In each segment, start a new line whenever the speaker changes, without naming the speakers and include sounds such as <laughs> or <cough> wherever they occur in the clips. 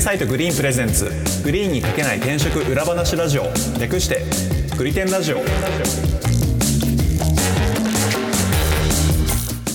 サイトグリーンプレゼンツグリーンにかけない転職裏話ラジオ略してグリテンラジオ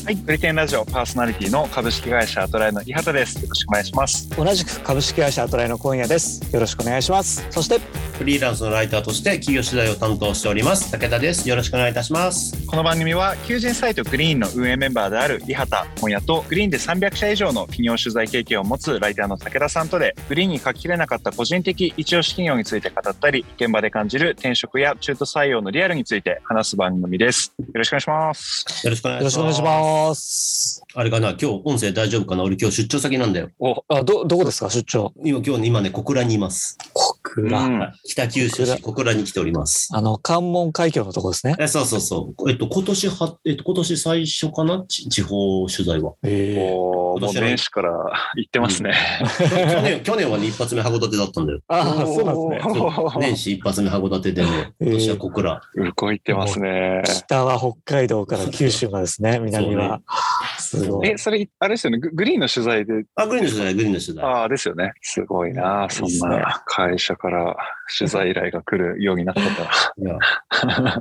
はい、グリテンラジオパーソナリティの株式会社アトライの伊畑です。よろしくお願いします。
同じく株式会社アトライの今夜です。よろしくお願いします。そして、
フリーランスのライターとして企業取材を担当しております武田ですよろしくお願いいたします
この番組は求人サイトグリーンの運営メンバーである伊畑本屋とグリーンで300社以上の企業取材経験を持つライターの武田さんとでグリーンに書ききれなかった個人的一押し企業について語ったり現場で感じる転職や中途採用のリアルについて話す番組ですよろしくお願いします
よろしくお願い
よ
し
ろ
ま
し
す
くお願いします。
あれかな今日音声大丈夫かな俺今日出張先なんだよ
お
あ、ど、どこですか、出張。
今今日ね今ね小倉にいます、
小倉
うん
はい北九州市小倉に来ております
あの、関門海峡のとこですね。
えそうそうそうえっと今年はえっと今年最初かなち地方取
<laughs>
材は
ええ
おー
今
もう
年はね
年始から言ってますね、
去年去年はね一発目函館だった
<laughs>
んだよ
ああ、そうなんです
<laughs>
ね。
そう年始一発目函館
<laughs>
でね今年は小倉、
動いてますね
北は北海道から九州までですね、南
そう
は
ね。
すごい
え。それあれですよねググリーンの取材で
あグリーンの取材グリーンの取材
ああ、ですよね。すごいな。そんな会社から取材依頼が来るようになったから。
いや、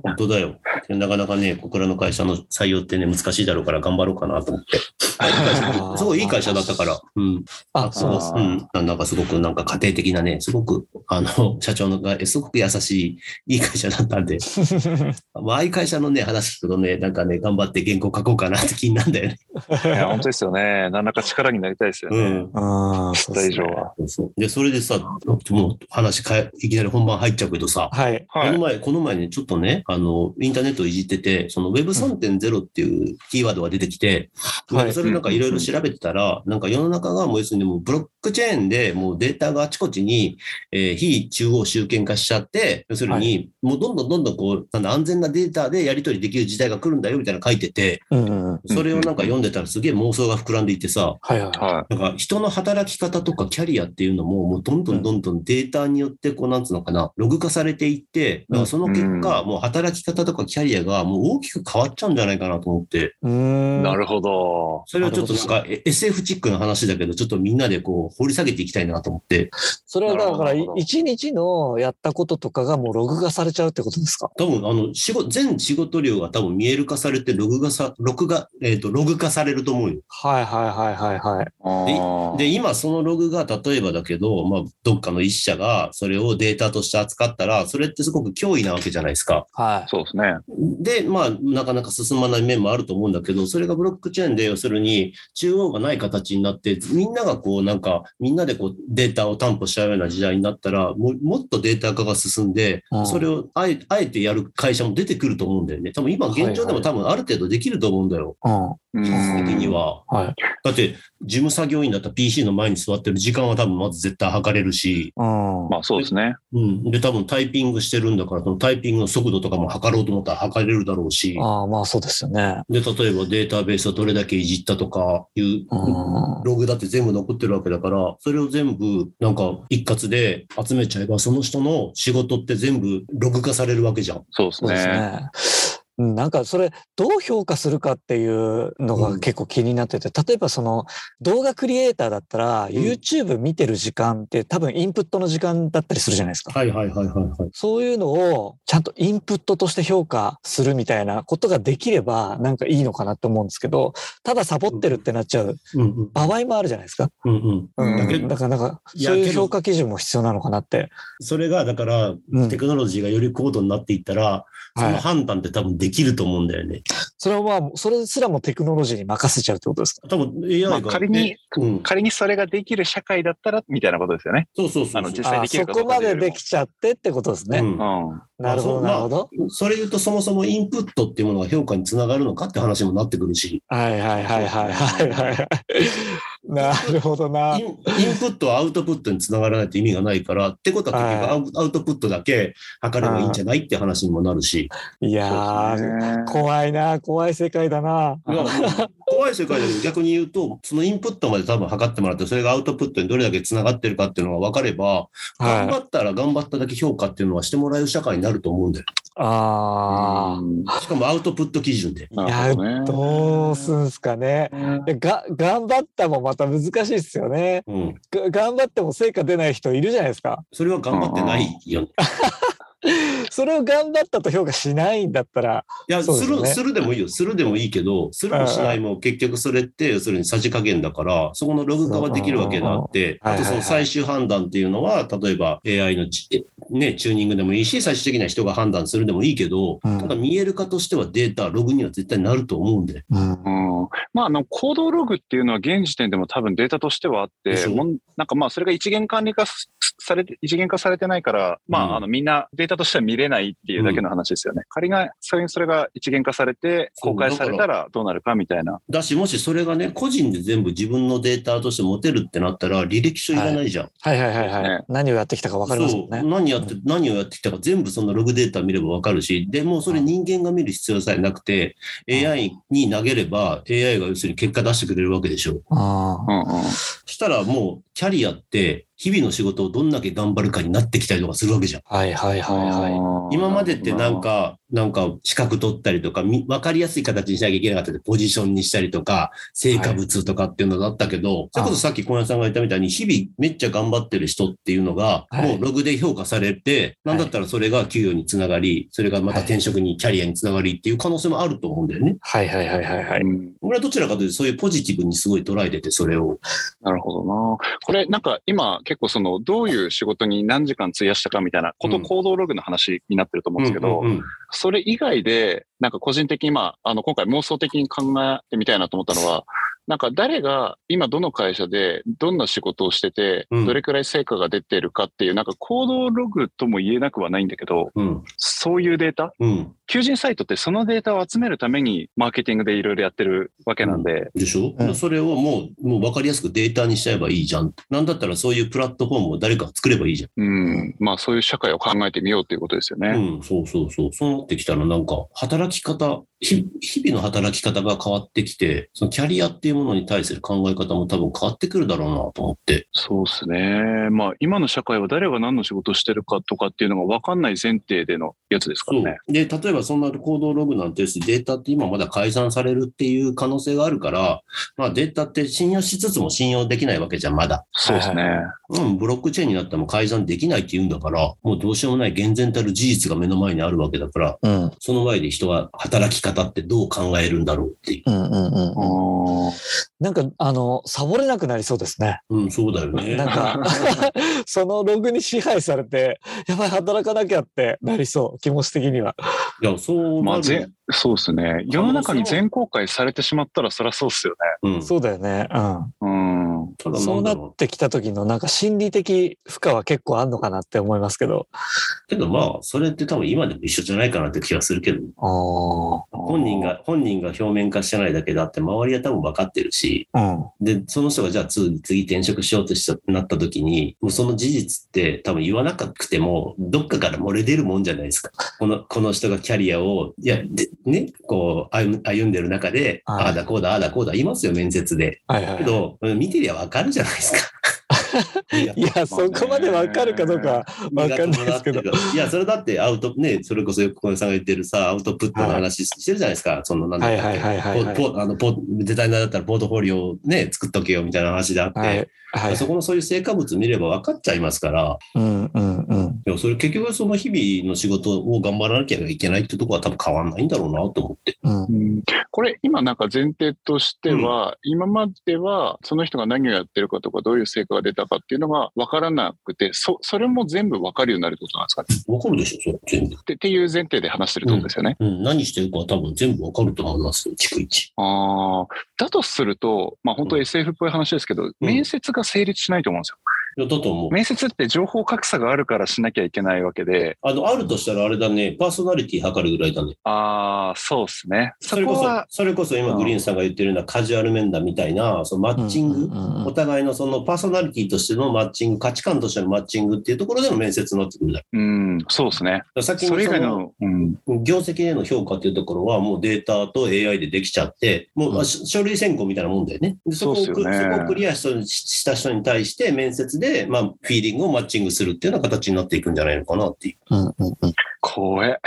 本当だよ。なかなかね、小倉の会社の採用ってね、難しいだろうから頑張ろうかなと思って。
あー
すごいいい会社だったから、うん。
あ、そうなんです。
うん。ななんかすごく、なんか家庭的なね、すごく、あの、 <laughs> 社長のが、すごく優しい、いい会社だったんで、まあ、ああいう会社のね、話するとね、なんかね、頑張って原稿書こうかなって気になるんだよね。
いや、本当ですよね。何らか力になりたいですよ
う
ね。
ん。
ああ、
知
そ
っ
うで
た以
すね
上は。
そうそうで、それでさ、もう話変え、いきなり本番入っちゃうけどさ、
はい。
はい
この。前、この前ね、ちょっとね、あの、インターネットをいじってて、その Web3.0 っていうキーワードが出てきて、
はい
でそれなんかいろいろ調べてたら、なんか世の中がもう要するにもうブロックチェーンでもうデータがあちこちに、えー非中央集権化しちゃって、要する
は
に、もうどんどんどんどんこう、なんだ安全なデータでやり取りできる時代が来るんだよみたいなの書いてて、
うんうんうん。
それをなんか読んでたらすげえ妄想が膨らんでいってさ、
はいはい。
は
なんか人の働き方とかキャリアっていうのも、もうどんどんどんどんデータによって、こう、なんつうのかな、ログ化されていって、だからその結果、もう働き方とかキャリアがもう大きく変わっちゃうんじゃないかなと思って、
うー
い。
ん。
なるほど。
それをちょっとなんかえ SF チックな話だけど、ちょっとみんなでこう、掘り下げていきたいなと思って、
それはだか
な
ら、
るほど
一日のやったこととかがもうログがされちゃうってことですか
多分、あの、仕事、全仕事量が多分見える化されて、ログがさ、ログが、えっ、と、ログ化されると思うよ。
はいはいはいはいはい。
あー
で、今そのログが例えばだけど、まあ、どっかの一社がそれをデータとして扱ったら、それってすごく脅威なわけじゃないですか。
は
そうですね。
で、まあ、なかなか進まない面もあると思うんだけど、それがブロックチェーンで、要するに、中央がない形になって、みんながこう、なんか、みんなでこう、データを担保しちゃうような時代になったら、ももっとデータ化が進んで
うん、
それをあえあえてやる会社も出てくると思うんだよね。多分今、現状でも多分ある程度できると思うんだよ。
い。う
う
ん。
ん
基本的には。
はい。
だって、事務作業員だったら PC の前に座ってる時間は多分まず絶対測れるし、
うん。
まあそうですね。
うん。で、多分タイピングしてるんだから、そのタイピングの速度とかも測ろうと思ったら測れるだろうし。
ああ、まあそうですよね。
で、例えばデータベースをどれだけいじったとかいう
うん。
ログだって全部残ってるわけだから、それを全部なんか一括で集めちゃえば、その人の仕事って全部ログ化されるわけじゃん。
そうです
そうです
ね。
ね。うんなんかそれどう評価するかっていうの
う
が
ん
結構気になってて、例えばその動画クリエイターだったら、YouTube 見てる時間って多分インプットの時間だったりするじゃないですか。
はいはいはいはいはい。
そういうのをちゃんとインプットとして評価するみたいなことができればなんかいいのかなと思うんですけど、ただサボってるってなっちゃう
うんうん。
場合もあるじゃないですか。
うんうん。
うん
うん
だけどだからなんか
いや
そうい
け
う
ど
評価基準も必要なのかなって。
それがだから、
うん
テクノロジーがより高度になっていったら、その判断って多分できると思うんだよね。
それはまあ、それすらもテクノロジーに任せちゃうってことですか
多分 AI が、
まあ仮に
うん、
仮にそれができる社会だったら、みたいなことですよね。
そうそうそ
あの
う
実
そ
際
あ
で
あ
きる
そ
か
こまででき
ち
ちゃってってことです
う。
ね。
うん
うん。
なるほど、
ま
な
あ
るほど。
それ言うとそもそもインプットっていうものが評価につながるのかって話もなってくるし。
はいはいはいはいはいはい。なるほどな
イン。インプットはアウトプットにつながらないと意味がないから、ってことは結局アウアウトプットだけ測ればいいんじゃないって話にもなるし、
いや
そう
ー、
ですね
怖いな、怖い世界だな。
いや怖い世界だけど逆に言うと、そのインプットまで多分測ってもらって、それがアウトプットにどれだけつながってるかっていうのが分かれば、頑張
はい。
ったら頑張っただけ評価っていうのはしてもらえる社会になると思うんだよ。
あ
しかもアウトプット基準で。
あ。い
な
や、
るほどね
どうすんすかね。でが、頑張ったもまた難しいっすよね。
うん。
が頑張っても成果出ない人いるじゃないですか。
それは頑張ってないよね。
それを頑張ったと評価しないんだったら、
いや、す
そうです
る、
ね
するでもいいよ。するでもいいけど、するもしないも結局それって、要するにさじ加減だから、そこのログ化はできるわけであって、
うんうんうん
あとその最終判断っていうのは、例えば AI のちね、チューニングでもいいし、最終的な人が判断するでもいいけど、
うん
ただ見える化としてはデータ、ログには絶対なると思うんで。
うんまあ、あの行動ログっていうのは現時点でも多分データとしてはあっ
で
て、
しょ
もんなんかまあそれが一元管理化すされて、一元化されてないから、ま
うん
ああのみんなデータとしては見れないっていうだけの話ですよね。仮が、仮にそれが一元化されて
そう
公開されたらどうなるかみたいな。
だし、もしそれがね、個人で全部自分のデータとして持てるってなったら、履歴書いらないじゃん。
はいはいはいはい。
ね
何をやってきたか分かりますもん
そう
ね。
何やって、何をやってきたか全部そのログデータ見ればわかるし、でもうそれ人間が見る必要さえなくて、AI に投げれば AI が要するに結果出してくれるわけでしょ。
あ
うんうん、
したらもうキャリアって日々の仕事をどんだけ頑張るかになってきたりとかするわけじゃん。
あはいはいはいはい。
はい
今までってなん、か、なんか資格取ったりとか、みわかりやすい形にしなきゃいけなかったり、ポジションにしたりとか、成果物とかっていうのだったけど、それこそさっき小林さんが言ったみたいに、日々めっちゃ頑張ってる人っていうのが、
はい
もうログで評価されて、
はい
なんだったらそれが給与につながり、それがまた転職に、キャリアにつながりっていう可能性もあると思うんだよね。
はいはいはいはいはい。
うん
俺はどちらかというと、そういうポジティブにすごい捉えてて、それを。
なるほどな。これなんか今結構そのどういう仕事に何時間費やしたかみたいなこと
うん
行動ログの話になってると思うんですけど、
うんうんうん
それ以外で、なんか個人的に、まあ、あの、今回妄想的に考えてみたいなと思ったのは、なんか誰が今どの会社でどんな仕事をしてて、
うん
どれくらい成果が出てるかっていう、なんか行動ログとも言えなくはないんだけど、
うん。
そういうデータ
うん。
求人サイトってそのデータを集めるためにマーケティングでいろいろやってるわけなんで、
でしょ、
うん
それをもう、もう分かりやすくデータにしちゃえばいいじゃん。なんだったらそういうプラットフォームを誰かが作ればいいじゃん。
うん、まあそういう社会を考えてみようということですよね。
うん、そうそうそう。そうなってきたらなんか、働き方、ひ日々の働き方が変わってきて、そのキャリアっていうものに対する考え方も多分変わってくるだろうなと思って。
そうですね。まあ今の社会は誰が何の仕事をしてるかとかっていうのが分かんない前提でのやつですか
そ
ら
う
ね。。
で、例えばそんな行動ログなんていうし、データって今まだ改ざんされるっていう可能性があるから、まあデータって信用しつつも信用できないわけじゃん、まだ。
そうですね。
うん、ブロックチェーンになっても改ざんできないって言うんだから、もうどうしようもない厳然たる事実が目の前にあるわけだから、
うん。
その前で人は働き方ってどう考えるんだろうっていう。
うんうんうん
あ
うん。
ー
なんか、あの、サボれなくなりそうですね。
うん、そうだよね。
なんか、そのログに支配されて、やばい、働かなきゃってなりそう、気持ち的には。
いや、そう
ま
な
あ、
るよ
ぜそうですね。世の中に全公開されてしまったら、そりゃそうっすよね。
うん、
そうだよね。う
うん。
た
ん。
だ
そ
な
うん
だ
な
ろ
っ
う。
てきた時の、なんか心理的負荷は結構あんのかなって思いますけど。
けどまあ、それって多分今でも一緒じゃないかなって気がするけど、
あ
本人が、本人が表面化してないだけだって、周りは多分分かってるし、
あ。うん。
で、その人がじゃあ次次転職しようとしたなった時に、もうその事実って多分言わなくても、どっかから漏れ出るもんじゃないですか。この、この人がキャリアを、いや、でね、こう歩む、歩んでる中で、
はい
ああだこうだ、ああだこうだ、言いますよ、面接で。
はいはい
け。ど、うん見てりゃ分かるじゃな
<laughs>
いですか。
いや、そこまでわかるかどうかわかんないですけど。
いや、それだってアウト、ね、それこそよく小林さんが言ってるさ、アウトプットの話してるじゃないですか。その、なんだ
は
っ
い
け
はいはいはいはい。
ポポあのポデザイナーだったらポートフォリオをね、作っとけよみたいな話であって、
はい。はい。
そこのそういう成果物見れば分かっちゃいますから、
うんうんうん。
でもそれ結局その日々の仕事を頑張らなきゃいけないってとこは多分変わんないんだろうなと思って。
うん
うんこれ、今なんか前提としては、今までは、その人が何をやってるかとか、どういう成果が出たかっていうのが分からなくて、そ、それも全部分かるようになるってことなんですかね。
分かるでしょ、それ全部。
ってっていう前提で話してるってことですよね。
うん、何してるかは多分全部分かると思いますよ、逐一。
ああ。だとすると、まあ本当 SF っぽい話ですけど、面接が成立しないと思うんですよ。
いやだと思う。
面接って情報格差があるからしなきゃいけないわけで、
あの、あるとしたらあれだね、パーソナリティ測るぐらいだね。
ああ、そうですね。
そ
そ
れこ
こ
そ
は、、
それこそ今グリーンさんが言ってるようなカジュアル面談みたいな、そのマッチング、
うんうんうん
お互いのそのパーソナリティとしてのマッチング、価値観としてのマッチングっていうところでの面接になってくるんだよ
うん、そうですね。
だから先
それ以外
の
の、うん、
その業績への評価っていうところはもうデータと AI でできちゃって、もうまあ
うん
し書類選考みたいなもんだよね。でそこを
そうっすよね
そこをクリアした人にした人に対して面接でで、まあ、フィーリングをマッチングするっていうような形になっていくんじゃないのかなっていう。
うんうんうん。
怖え。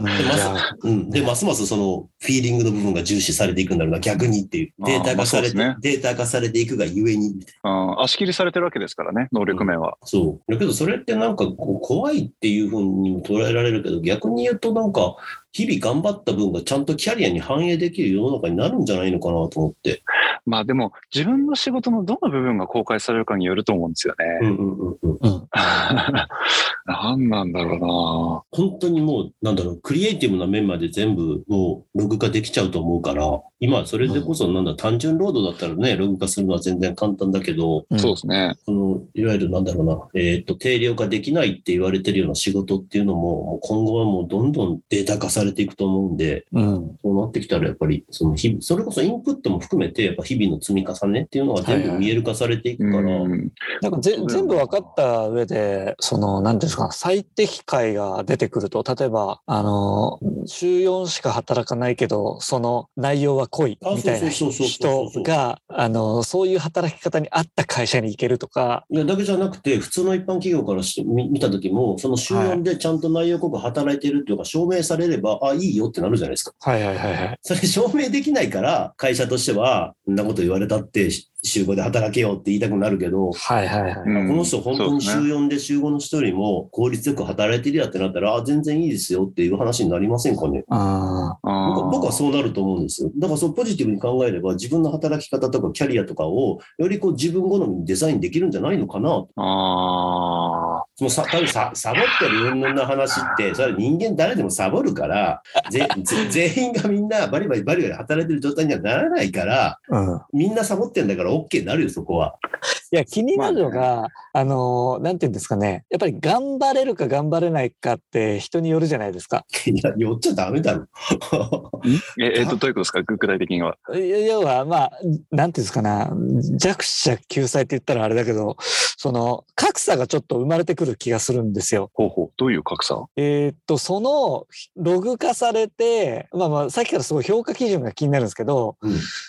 うん
ま
い
ず
や
うん、で、ますますそのフィーリングの部分が重視されていくんだろうな、逆にっていう。
あー
データ
まあ
化されて、
そうですね
データ化されていくがゆえに、みたいな。
うん足切りされてるわけですからね、能力面は。
そう。だけど、それってなんかこう怖いっていうふうにも捉えられるけど、逆に言うとなんか、日々頑張った分がちゃんとキャリアに反映できる世の中になるんじゃないのかなと思って。
まあでも、自分の仕事のどの部分が公開されるかによると思うんですよ
う
ね。
<laughs> んうんうんうん。
うん。
何なんだろ
本当にもう、なんだろう、クリエイティブな面まで全部もうログ化できちゃうと思うから、今それでこそなんだ、単純労働だったらね、ログ化するのは全然簡単だけど、
う
う
な。
ん
そうですね。
そのいわゆるなんだろうな、えっと定量化できないって言われてるような仕事っていうのも、もう今後はもうどんどんデータ化されていくと思うんで、
うん。
そうなってきたらやっぱりその日々、それこそインプットも含めて、やっぱ日々の積み重ねっていうのが全
はいは
部
い
見える化されていくから、
うん
なんかぜ
そうだよね
全部分かった上で、その、なんていうんですか、最適解が出てくると、例えば、あの、週4しか働かないけど、その内容は濃い
あ
みたいな
そうそうそうそうそ
人
う
が、あの、そういう働き方に合った会社に行けるとか、
いやだけじゃなくて、普通の一般企業からしてみ見た時も、その週4でちゃんと内容濃く働いてるっていうか、証明されれば、あ、いいよってなるじゃないですか。
はいはいはいはい。
それ証明できないから、会社としては、そんなこと言われたって、し週5で働けよって言いたくなるけど、
はいはいはい。
うん
この人、本当に週
そうですね
4で週5の人よりも効率よく働いてるやってなったら、あ全然いいですよっていう話になりませんかね。
あ
僕は僕は
あ
そうなると思うんですよ。だからそうポジティブに考えれば、自分の働き方とかキャリアとかを、よりこう自分好みにデザインできるんじゃないのかな
ーあ
もうさ、多分さ、サボってる云々な話って、それは人間誰でもサボるから、ぜぜ全員がみんなバリバリバリバリ働いてる状態にはならないから、
あ。うん。
みんなサボってんだから OK になるよ、そこは。 <laughs>
いや、気になるのが、あの、なんていうんですかね。やっぱり頑張れるか頑張れないかって人によるじゃないですか。
いや、寄っちゃダメだろ。 <laughs>
ーんええっと、どういうことですか、具体的には。
いや要は、まあ、なんていうんですかな、弱者救済って言ったらあれだけど、その、格差がちょっと生まれてくる気がするんですよ。
ほうほう、どういう格差
えーっと、その、ログ化されて、まあまあ、さっきからすごい評価基準が気になるんですけど、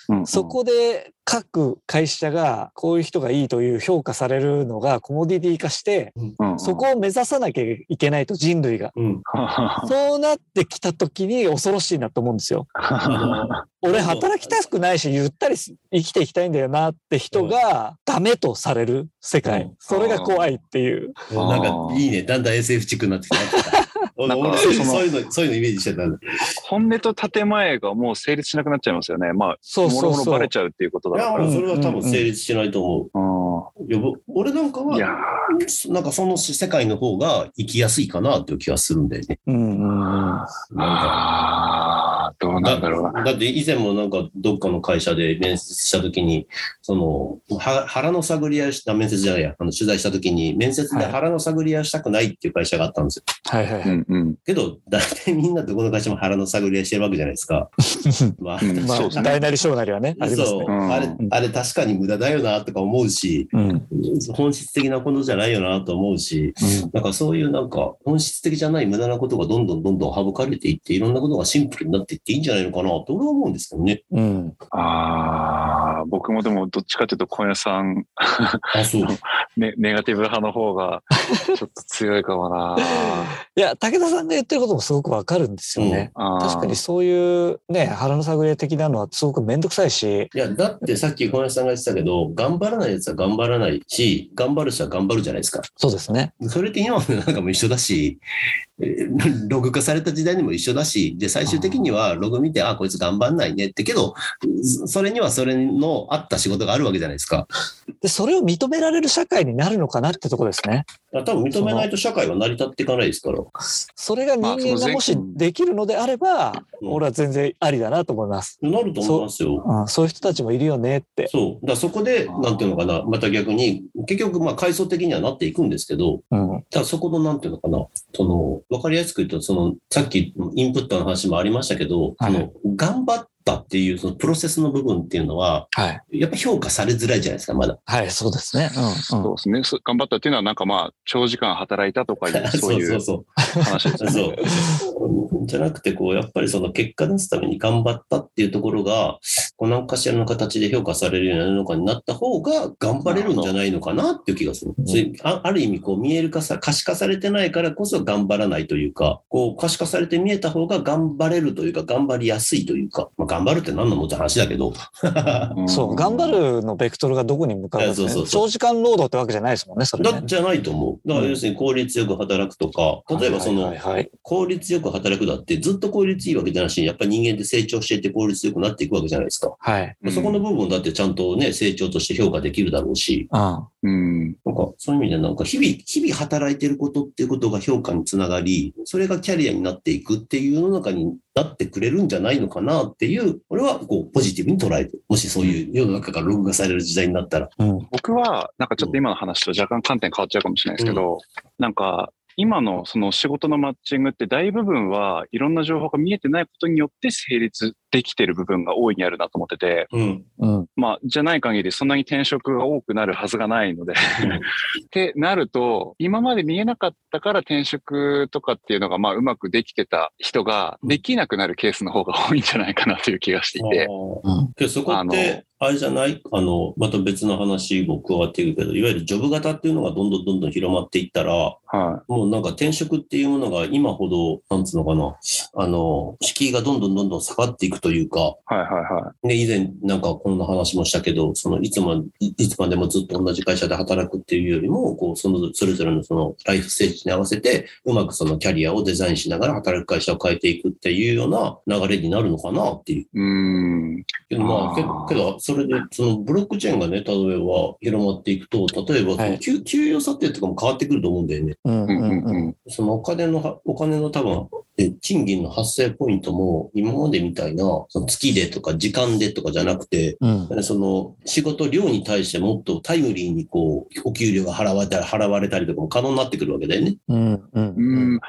うん
そこで各会社がこういう人がいいという評価されるのがコモディティ化して、
うん <laughs>
そこを目指さなきゃいけないと人類が。
うん。
そうなってきた時に恐ろしいなと思うんですよ。
あ
俺働きたくないしゆったりす生きていきたいんだよなって人がダメとされる世界、
うん
それが怖いっていう
の、なんかいいね、だんだん SF チックになってきた。俺
なんか
俺
そ
そう
の
いうの、そういうのイメージしてたんだ。
本音と建前がもう成立しなくなっちゃいますよね。まあ、
そう
も
そ
ろ
う
もろ
そ
バ
う
レちゃうっていうこと
い
だか
や、も
ら
う。それは多分成立しないと思う。
う
いやぼ俺なんか
ん、、
はい
や
なんかその世界の方が生きやすいかなという気はするんだよね。
うんうんうん
ー、
なんか
ああ、どうなんだろうな。
だって以前もなんかどっかの会社で面接したときに、そのは腹の探り合いした面接じゃないや、あの取材したときに面接で
はい
腹の探り合いしたくないっていう会社があったんですよ。
はいはいは
う
い、
んうん、
けど、大体みんなどこの会社も腹の探り合いしてるわけじゃないですか。まあ、
うんそ
ま
うで
あ
すね。
大なり小なりはねあります
そ
ね
う、
うん
あれ、あれ確かに無駄だよなとか思うし、
うんうん
本質的なことじゃないよなと思うし、なんかそういうなんか本質的じゃない無駄なことがどんどんどんどん省かれていって、いろんなことがシンプルになっていっていいんじゃないのかなと俺は思うんですけどね。
うん
ああ、僕もでもどっちかというと小屋さん、
あ、そう。
ね、ネガティブ派の方がちょっと強いかもな。
いや武田さんが言ってることもすごくわかるんですよね、
あー
確かにそういうね腹の探り合い的なのはすごく面倒くさいし
いや、だってさっき小林さんが言ってたけど、頑張らないやつは頑張らないし、頑張る人は頑張るじゃないですか。
そうですね
それって今までなんかも一緒だし、えーログ化された時代にも一緒だし、で、最終的にはログ見て、あ、こいつ頑張んないねってけど、そそれにはそれのあった仕事があるわけじゃないですか。
でそれを認められる社会になるのかなってとこですね
多分認めないと社会は成り立っていかないですから。
それが人間がもしできるのであれば、
うん
俺は全然ありだなと思います
なると思いますよ。
うん、そういう人たちもいるよねって。
そう。だからそこで、なんていうのかな、また逆に、結局、まあ、階層的にはなっていくんですけど、
うん。
ただそこの、なんていうのかな、その、わかりやすく言うと、その、さっきインプットの話もありましたけど、
はい
その、頑張っったっていう、そのプロセスの部分っていうのは、
はい。
やっぱ評価されづらいじゃないですか、まだ。
はい、そうですね。うん、う
そ
ん
う。ですね。そ頑張ったっていうのは、なんかまあ、長時間働いたと
<laughs>
かいう、そういう
<laughs> そう
話です
そう。
ね。
そう。じゃなくて、こう、やっぱりその結果出すために頑張ったっていうところが、こう何かしらの形で評価されるようになるのかになった方が、頑張れるんじゃないのかなっていう気がする
う。ん
そういうあある意味、こう、見える化さ、可視化されてないからこそ頑張らないというか、こう、可視化されて見えた方が頑張れるというか、頑張りやすいというか、まあ、頑張るって何のもって話だけど、
ん
そう、頑張るのベクトルがどこに向かうかです
いやそうそ
ね。
うそう
長時間労働ってわけじゃないですもんね、それね
だじゃないと思う。だから要するに効率よく働くとか、例えばそ
は
の
い、はいはい
効率よく働くだって、ずっと効率いいわけじゃないし、やっぱり人間って成長していって効率よくなっていくわけじゃないですか。
はい。
うん
そこの部分だってちゃんとね、成長として評価できるだろうし、
うん。
うん。
なんかそういう意味でなんか日々、日々働いてることっていうことが評価につながり、それがキャリアになっていくっていう世の中になってくれるんじゃないのかなっていう、俺はこうポジティブに捉えてる、もしそういう世の中から録画される時代になったら。
うん。
僕は、なんかちょっと今の話と若干観点変わっちゃうかもしれないですけど、なんか、今のその仕事のマッチングって大部分はいろんな情報が見えてないことによって成立できてる部分が大いにあるなと思ってて、
うん。
うん。
まあ、じゃない限りそんなに転職が多くなるはずがない <laughs> ので。ってなると、今まで見えなかったから転職とかっていうのが、まあ、うまくできてた人が、できなくなるケースの方が多いんじゃないかなという気がしていて。
うん。
けどそこ
あ
っ
の
て、あれじゃないあの、また別の話も加わっていくけど、いわゆるジョブ型っていうのがどんどんどんどん広まっていったら、
は
もうなんか転職っていうものが今ほど、なんつうのかな、あの、敷居がどんどんどんどん下がっていくというか、
い。はいはいは
ね、以前なんかこんな話もしたけど、そのいつも、いいつまでもずっと同じ会社で働くっていうよりも、こう、その、それぞれのそのライフステージに合わせて、うまくそのキャリアをデザインしながら働く会社を変えていくっていうような流れになるのかなっていう。
い。うーん。
けどま
あ
あ、
ー
けどけど、それで、そのブロックチェーンがね、例えば広まっていくと、例えば、
はい
給給与査定とかも変わってくると思うんだよね。
う
う
ん。
ん
う
うんんう
うん
ん。
そのお金のは、お金の多分、え賃金の発生ポイントも、今までみたいな、その月でとか時間でとかじゃなくて、
うん。
その仕事量に対してもっとタイムリーにこう、お給料が払われたり、払われたりとかも可能になってくるわけだよね。
うん。う。
うんん。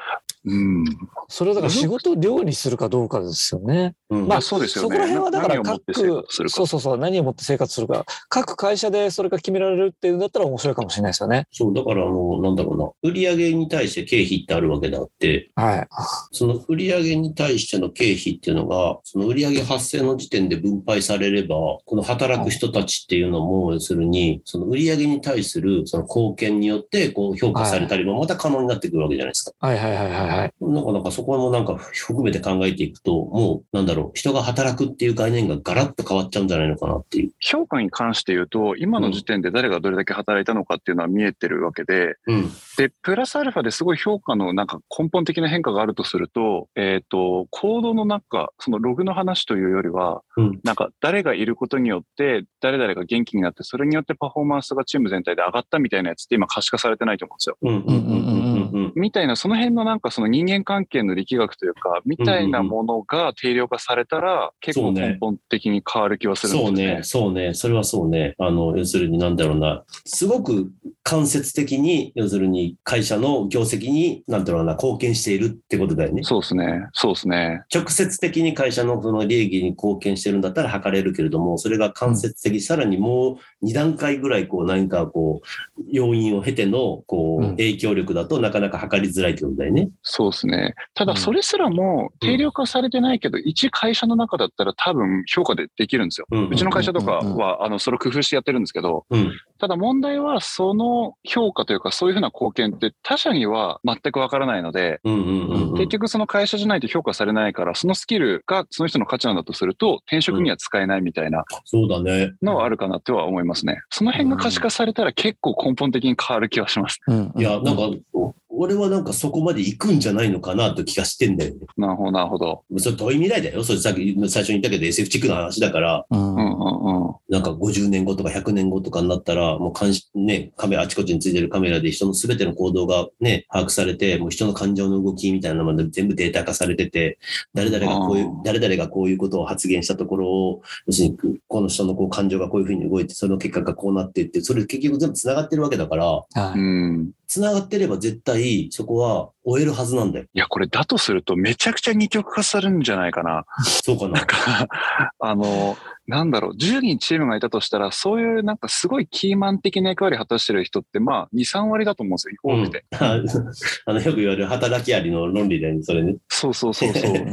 うん。
それをだから仕事を量にするかどうかですよね。
うん
まあ
そうですよ
そ
ね。
こら辺はだから
何を持って
各、
生活する
そ
か
う。そうそう、何を持って生活するか、各会社でそれが決められるっていうんだったら面白いかもしれないですよね。
そう、だからあの、なんだろうな、売上に対して経費ってあるわけであって、
はい。
その売上に対しての経費っていうのが、その売上発生の時点で分配されれば、この働く人たちっていうのも、要するに、その売上に対するその貢献によって、こう評価されたりもまた可能になってくるわけじゃないですか。
はいはいはいはいはい。
なんかなんかそこもなんか含めて考えていくと、もうなんだろう、人が働くっていう概念がガラッと変わっちゃうんじゃないのかなっていう。
評価に関して言うと、今の時点で誰がどれだけ働いたのかっていうのは見えてるわけで、
うん。
で、プラスアルファですごい評価のなんか根本的な変化があるとすると、えっ、と、行動のなんか、そのログの話というよりは、
うん。
なんか誰がいることによって、誰々が元気になって、それによってパフォーマンスがチーム全体で上がったみたいなやつって今可視化されてないと思うんですよ。
うん。うん。うん。うん。うん。
みたいな、その辺のなんかその人間関係の力学というか、みたいなものが定量化されたら、結
そ
構
うね
根本的に変わる気はするんで
そ
す
う
ね。
ね、そうね、それはそうね。あの、要するになんだろうな、すごく間接的に、要するに会社の業績に、なんだろうな、貢献しているってことだよね。
そうですね。そうですね。
直接的に会社のその利益に貢献してるんだったら測れるけれども、それが間接的、さらにもう2段階ぐらい、こう、何かこう、要因を経ての、こう
うん、
影響力だとなかなか測りづらいってことだよね。
そうですね。ただ、
うん
それすらも定量化されてないけど、一会社の中だったら多分評価でできるんですよ。
うん
うちの会社とか
うんうんう
は、あの、それを工夫してやってるんですけど、
うん。
ただ問題は、その評価というか、そういうふうな貢献って他社には全くわからないので、
うんうんうんうん
結。局その会社じゃないと評価されないから、そのスキルがその人の価値なんだとすると、転職には使えないみたいな
そうだね。
のはあるかなとは思いますね。その辺が可視化されたら結構根本的に変わる気はします。
うん。
いや、なんか、俺はなんかそこまで行くんじゃないのかなと気がしてんだよね。
なるほど、なるほど。
それ遠い未来だよ。それさっき最初に言ったけど SF チックの話だから、
うん、
うん
うんうん。
なんか50年後とか100年後とかになったら、もう監視、ね、カメラ、あちこちについてるカメラで人の全ての行動がね、把握されて、もう人の感情の動きみたいなのまで全部データ化されてて、誰々がこうい
あ
う
ー、
誰々がこういうことを発言したところを、要するに、この人のこう感情がこういうふうに動いて、その結果がこうなってって、それ結局全部繋がってるわけだから、
は
う
<laughs> い。
ん。
繋がってれば絶対そこは終えるはずなんだよ。
いや、これだとするとめちゃくちゃ二極化するんじゃないかな。
そうか
なん
な。
か、あの、なんだろう、10人チームがいたとしたら、そういうなんかすごいキーマン的な役割果たしてる人って、まあ、2、3割だと思うんですよ、多くて。
あの、よく言われる働きありの論理だよね、それね。
そうそうそうそう。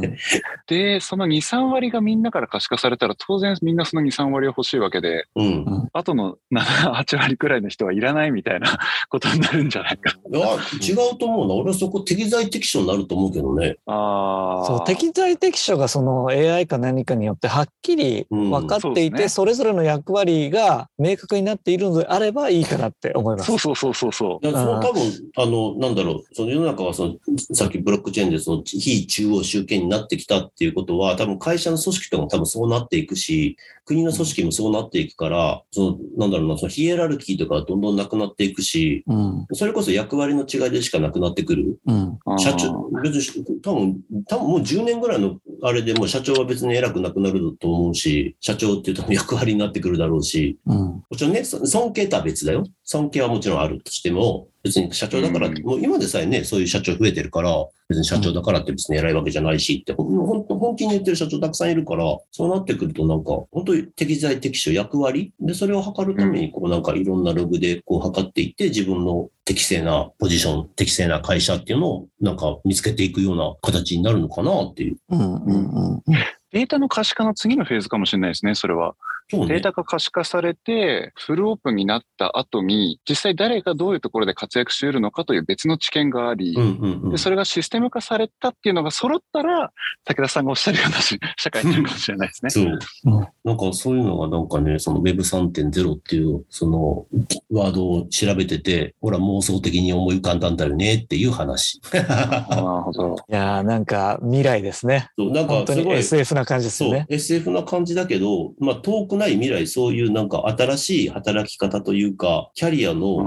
で、その2、3割がみんなから可視化されたら、当然みんなその2、3割は欲しいわけで、
うん。
あとの7、8割くらいの人はいらないみたいな <laughs> ことになるんじゃないか。
いや、違うと思うな。俺はそこ適材適所になると思うけどね。
ああ。
そう適材適所がその AI か何かによってはっきり分かっていて、
うん
それぞれの役割が明確になっているのであればいいかなって思います。
そうそうそうそうそう。
だからその
あー
多分、あの、なんだろう、その世の中はその、さっきブロックチェーンでその非中央集権になってきたっていうことは、多分会社の組織とかも多分そうなっていくし、国の組織もそうなっていくから、その、なんだろうな、そのヒエラルキーとかどんどんなくなっていくし、
うん
それこそ役割の違いでしかなくなってくる。
うん
あー
社長、別に、多分、多分もう10年ぐらいのあれでもう社長は別に偉くなくなると思うし、社長っていう多分役割になってくるだろうし、
うん
もちろんね、そ尊敬とは別だよ。尊敬はもちろんあるとしても、別に社長だから、
うん
もう今でさえね、そういう社長増えてるから、別に社長だからって別に偉いわけじゃないしって、ほんほんと本気に言ってる社長たくさんいるから、そうなってくるとなんか、本当に適材適所役割で、それを測るために、こうなんかいろんなログでこう測っていって、自分の適正なポジション、適正な会社っていうのをなんか見つけていくような形になるのかなっていう。
うんうんうん
データの可視化の次のフェーズかもしれないですね、それは。
そう
デ
ね
ー。タが可視化されて、フルオープンになった後に、実際誰がどういうところで活躍し得るのかという別の知見があり
う、んうんうん
で、それがシステム化されたっていうのが揃ったら、武田さんがおっしゃるようなし社会になるかもしれないですね。
そう
うん。
なんかそういうのがなんかね、その Web3.0 っていうそのワードを調べてて、ほら妄想的に思い浮かんだんだよねってい
<laughs>
う話。
なるほど。
いやーなんか未来ですね。
そうなん
本
か
当
す
に
ごい。
SF な感じです
そう、
ね。
SF な感じだけど、まあ遠くない未来、そういうなんか新しい働き方というか、キャリア
う
の
んう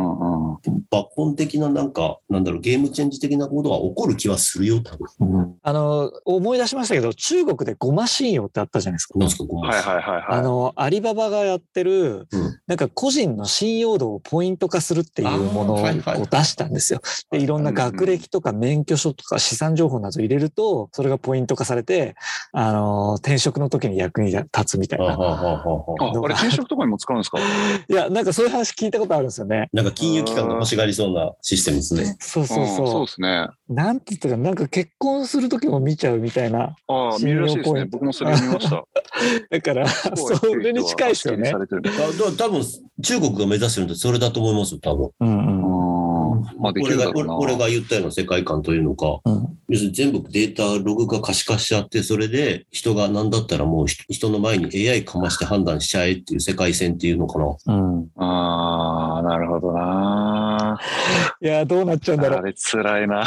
ん
抜本的ななんか、なんだろう、ゲームチェンジ的なことが起こる気はするよ、多分。
うんあの思い出しましたけど中国でゴマ信用ってあったじゃないですか。
なんすか、ごめん
はいはいはい
あ
はい。
のアリババがやってる、
うん
なんか個人の信用度をポイント化するっていうものを
あー
こ
はいはいう
出したんですよ。でいろんな学歴とか免許証とか資産情報など入れるとそれがポイント化されてあの転職の時に役に立つみたい
はあ
な。
はあはあはあ
あ、あ
はあ
れ転職とかにも使うんです <laughs> か
いやなんかそういう話聞いたことあるんですよね。
なんか金融機関が欲しがりそうなシステムですね。
そうそう
うんそ
そう
ですね。あ
う。なんて言ったかなんか結婚する時も見ちゃうみたいな。
あ、見るらしいです
信用ポイ
ね。
ント
僕もそれ見ま <laughs> した。
だから
そう
それに近いですよね
さ。れてる
あだ多分中国が目指してるのってそれだと思いますよ、多分。
うんうん
うんまあ、でき
俺
るだ
が
ろうな。
俺俺が言ったような世界観というのか、
うん
要するに全部データ、ログが可視化しちゃって、それで人が何だったらもう人人の前に AI かまして判断しちゃえっていう世界線っていうのかな。
うん
ああ、なるほどな。
いやどうなっちゃうんだろ
あ
う。
れ、辛いな。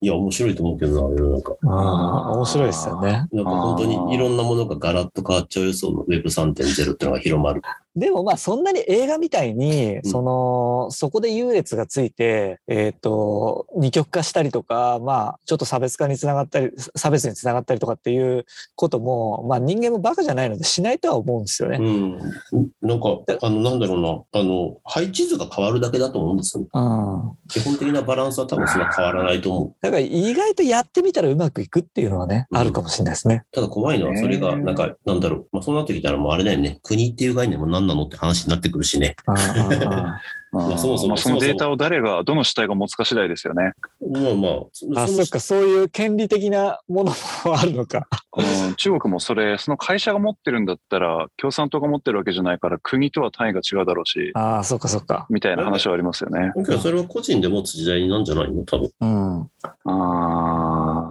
いや、面白いと思うけどな、世の中。
あー面白いですよね。
なんか本当にいろんなものがガラッと変わっちゃうよ、その Web3.0 っていうのが広まる。
でもまあそんなに映画みたいに、
うん
そのそこで優劣がついて、えっと二極化したりとかまあちょっと差別化につながったり差別につながったりとかっていうことも、まあ、人間もバカじゃないのでしないとは思うんですよね。
うん。なんか、あの、なんだろうな、あの、配置図が変わるだけだと思うんですよ。
うん、
基本的なバランスは多分そんな変わらないと思う。
だから意外とやってみたらうまくいくっていうのはね、
うん
あるかもしれないですね。
ただ怖いのは、それが、なんか、なんだろう。まあ、そうなってきたら、もうあれだよね。国っていう概念も何なのって話になってくるしね。
うんうん
<laughs>
うん
ま
あそもそも
あ、そのデータを誰が、どの主体が持つか次第ですよね。
まあまあ、そ
あ
そ
そ
の
っかそういう権利的なものもあるのか。
うん中国もそれ、その会社が持ってるんだったら、共産党が持ってるわけじゃないから、国とは単位が違うだろうし、
ああそっかそっか。
みたいな話はありますよね。
だけどそれは個人で持つ時代なんじゃないの多分。
うん
あ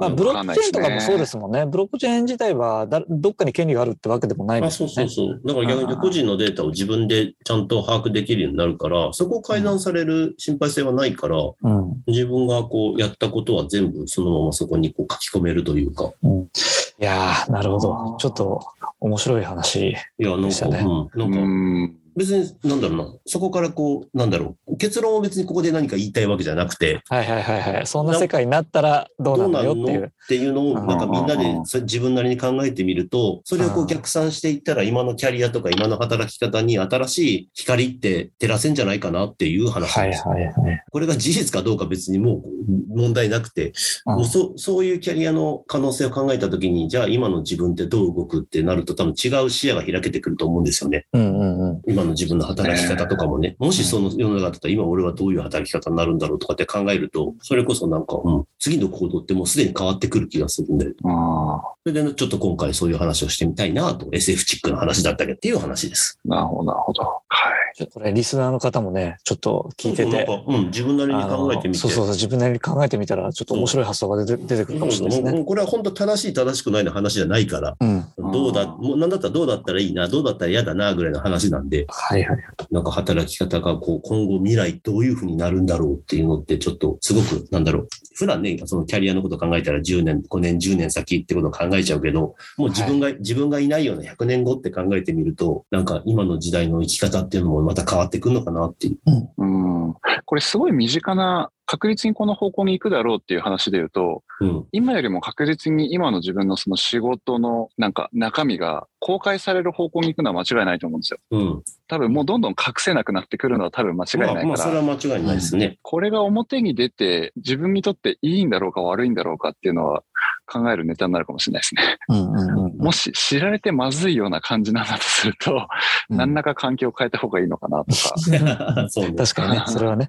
まあ、ブロックチェーンとかもそうですもんね。ブロックチェーン自体はだどっかに権利があるってわけでもないん
あ
です
そ
よ
うそう
ね。
そう。だから逆に言うと個人のデータを自分でちゃんと把握できるようになるから、そこを改ざんされる心配性はないから、
うん。
自分がこうやったことは全部そのままそこにこう書き込めるというか。
いやー、なるほど。ちょっと面白い話。
いや、なん
でし
か、
たね
う、
うん
なんか、
ん。
別に、なんだろうな、そこからこう、なんだろう、結論を別にここで何か言いたいわけじゃなくて、
はいはいはいはい。そんな世界になったらどうなのよってい
どうなの
う
っ。ていうのを、なんかみんな
うんうんう
で
ん
それ自分なりに考えてみると、それを
う
こうん逆算していったら、今のキャリアとか今の働き方に新しい光って照らせんじゃないかなっていう話
はい
です。
はいはい。
これが事実かどうか別にもう問題なくて、
うん
もうそそういうキャリアの可能性を考えたときに、じゃあ今の自分ってどう動くってなると、多分違う視野が開けてくると思うんですよね。
うんうんうん。
今の自分の働き方とかもね、もしその世の中だったら今俺はどういう働き方になるんだろうとかって考えると、それこそなんか、うん次の行動ってもうすでに変わってくる気がするんで、
あ
それでねちょっと今回そういう話をしてみたいなと、SF チックな話だったけどっていう話です。
あ、なるほど、なるほど。はい。
ちょっとこれリスナーの方もね、ちょっと聞いて
なん
て
か。、うん、自分なりに考えてみて。
あのそうそうそう、自分なりに考えてみたら、ちょっと面白い発想が出て出てくるかもしれないです
も
ね。
うこれは本当正しい正しくないの話じゃないから、
うん。
うん
どうだ、もうなんだったらどうだったらいいな、どうだったら嫌だな、ぐらいの話なんで、
はいはい。
なんか働き方がこう、今後未来どういうふうになるんだろうっていうのって、ちょっとすごく、なんだろう。普段ね、そのキャリアのこと考えたら10年、5年、10年先ってことを考えちゃうけど、もう自分が、自分がいないような100年後って考えてみると、なんか今の時代の生き方っていうのもまた変わってくるのかなっていう。
うん、これすごい身近な確実にこの方向に行くだろうっていう話で言うと
うん。
今よりも確実に今の自分のその仕事のなんか中身が公開される方向に行くのは間違いないと思うんですよ
うん。
多分もうどんどん隠せなくなってくるのは多分間違いない
ま
か
あ、
ら、
まあ、それは間違いないですね。
これが表に出て自分にとっていいんだろうか悪いんだろうかっていうのは考えるネタになるかもしれないですね。
うんうんうん。
もし知られてまずいような感じなんだとすると、何らか環境を変えた方がいいのかなとか。
<laughs> そうね。
確かにね、それはね。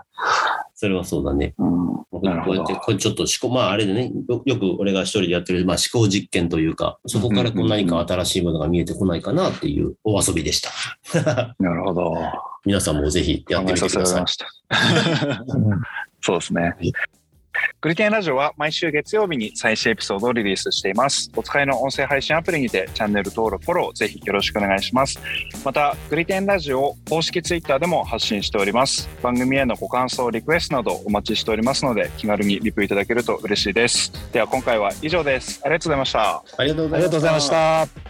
それはそうだね。
うん
こう
なるほ
や
ど
って、これちょっと思考、まああれでね、よよく俺が一人でやってる、まあ思考実験というか、そこから
う
こ
んう
う
んうん
何か新しいものが見えてこないかなっていうお遊びでした。
なるほど。
皆さんもぜひやってみてください
考え。させられました。そうですね。グリテンラジオは毎週月曜日に最新エピソードをリリースしています。お使いの音声配信アプリにてチャンネル登録、フォローぜひよろしくお願いします。また、グリテンラジオを公式ツイッターでも発信しております。番組へのご感想、リクエストなどお待ちしておりますので、気軽にリプいただけると嬉しいです。では今回は以上です。ありがとうございました。
ありがとう
ありがとうございました。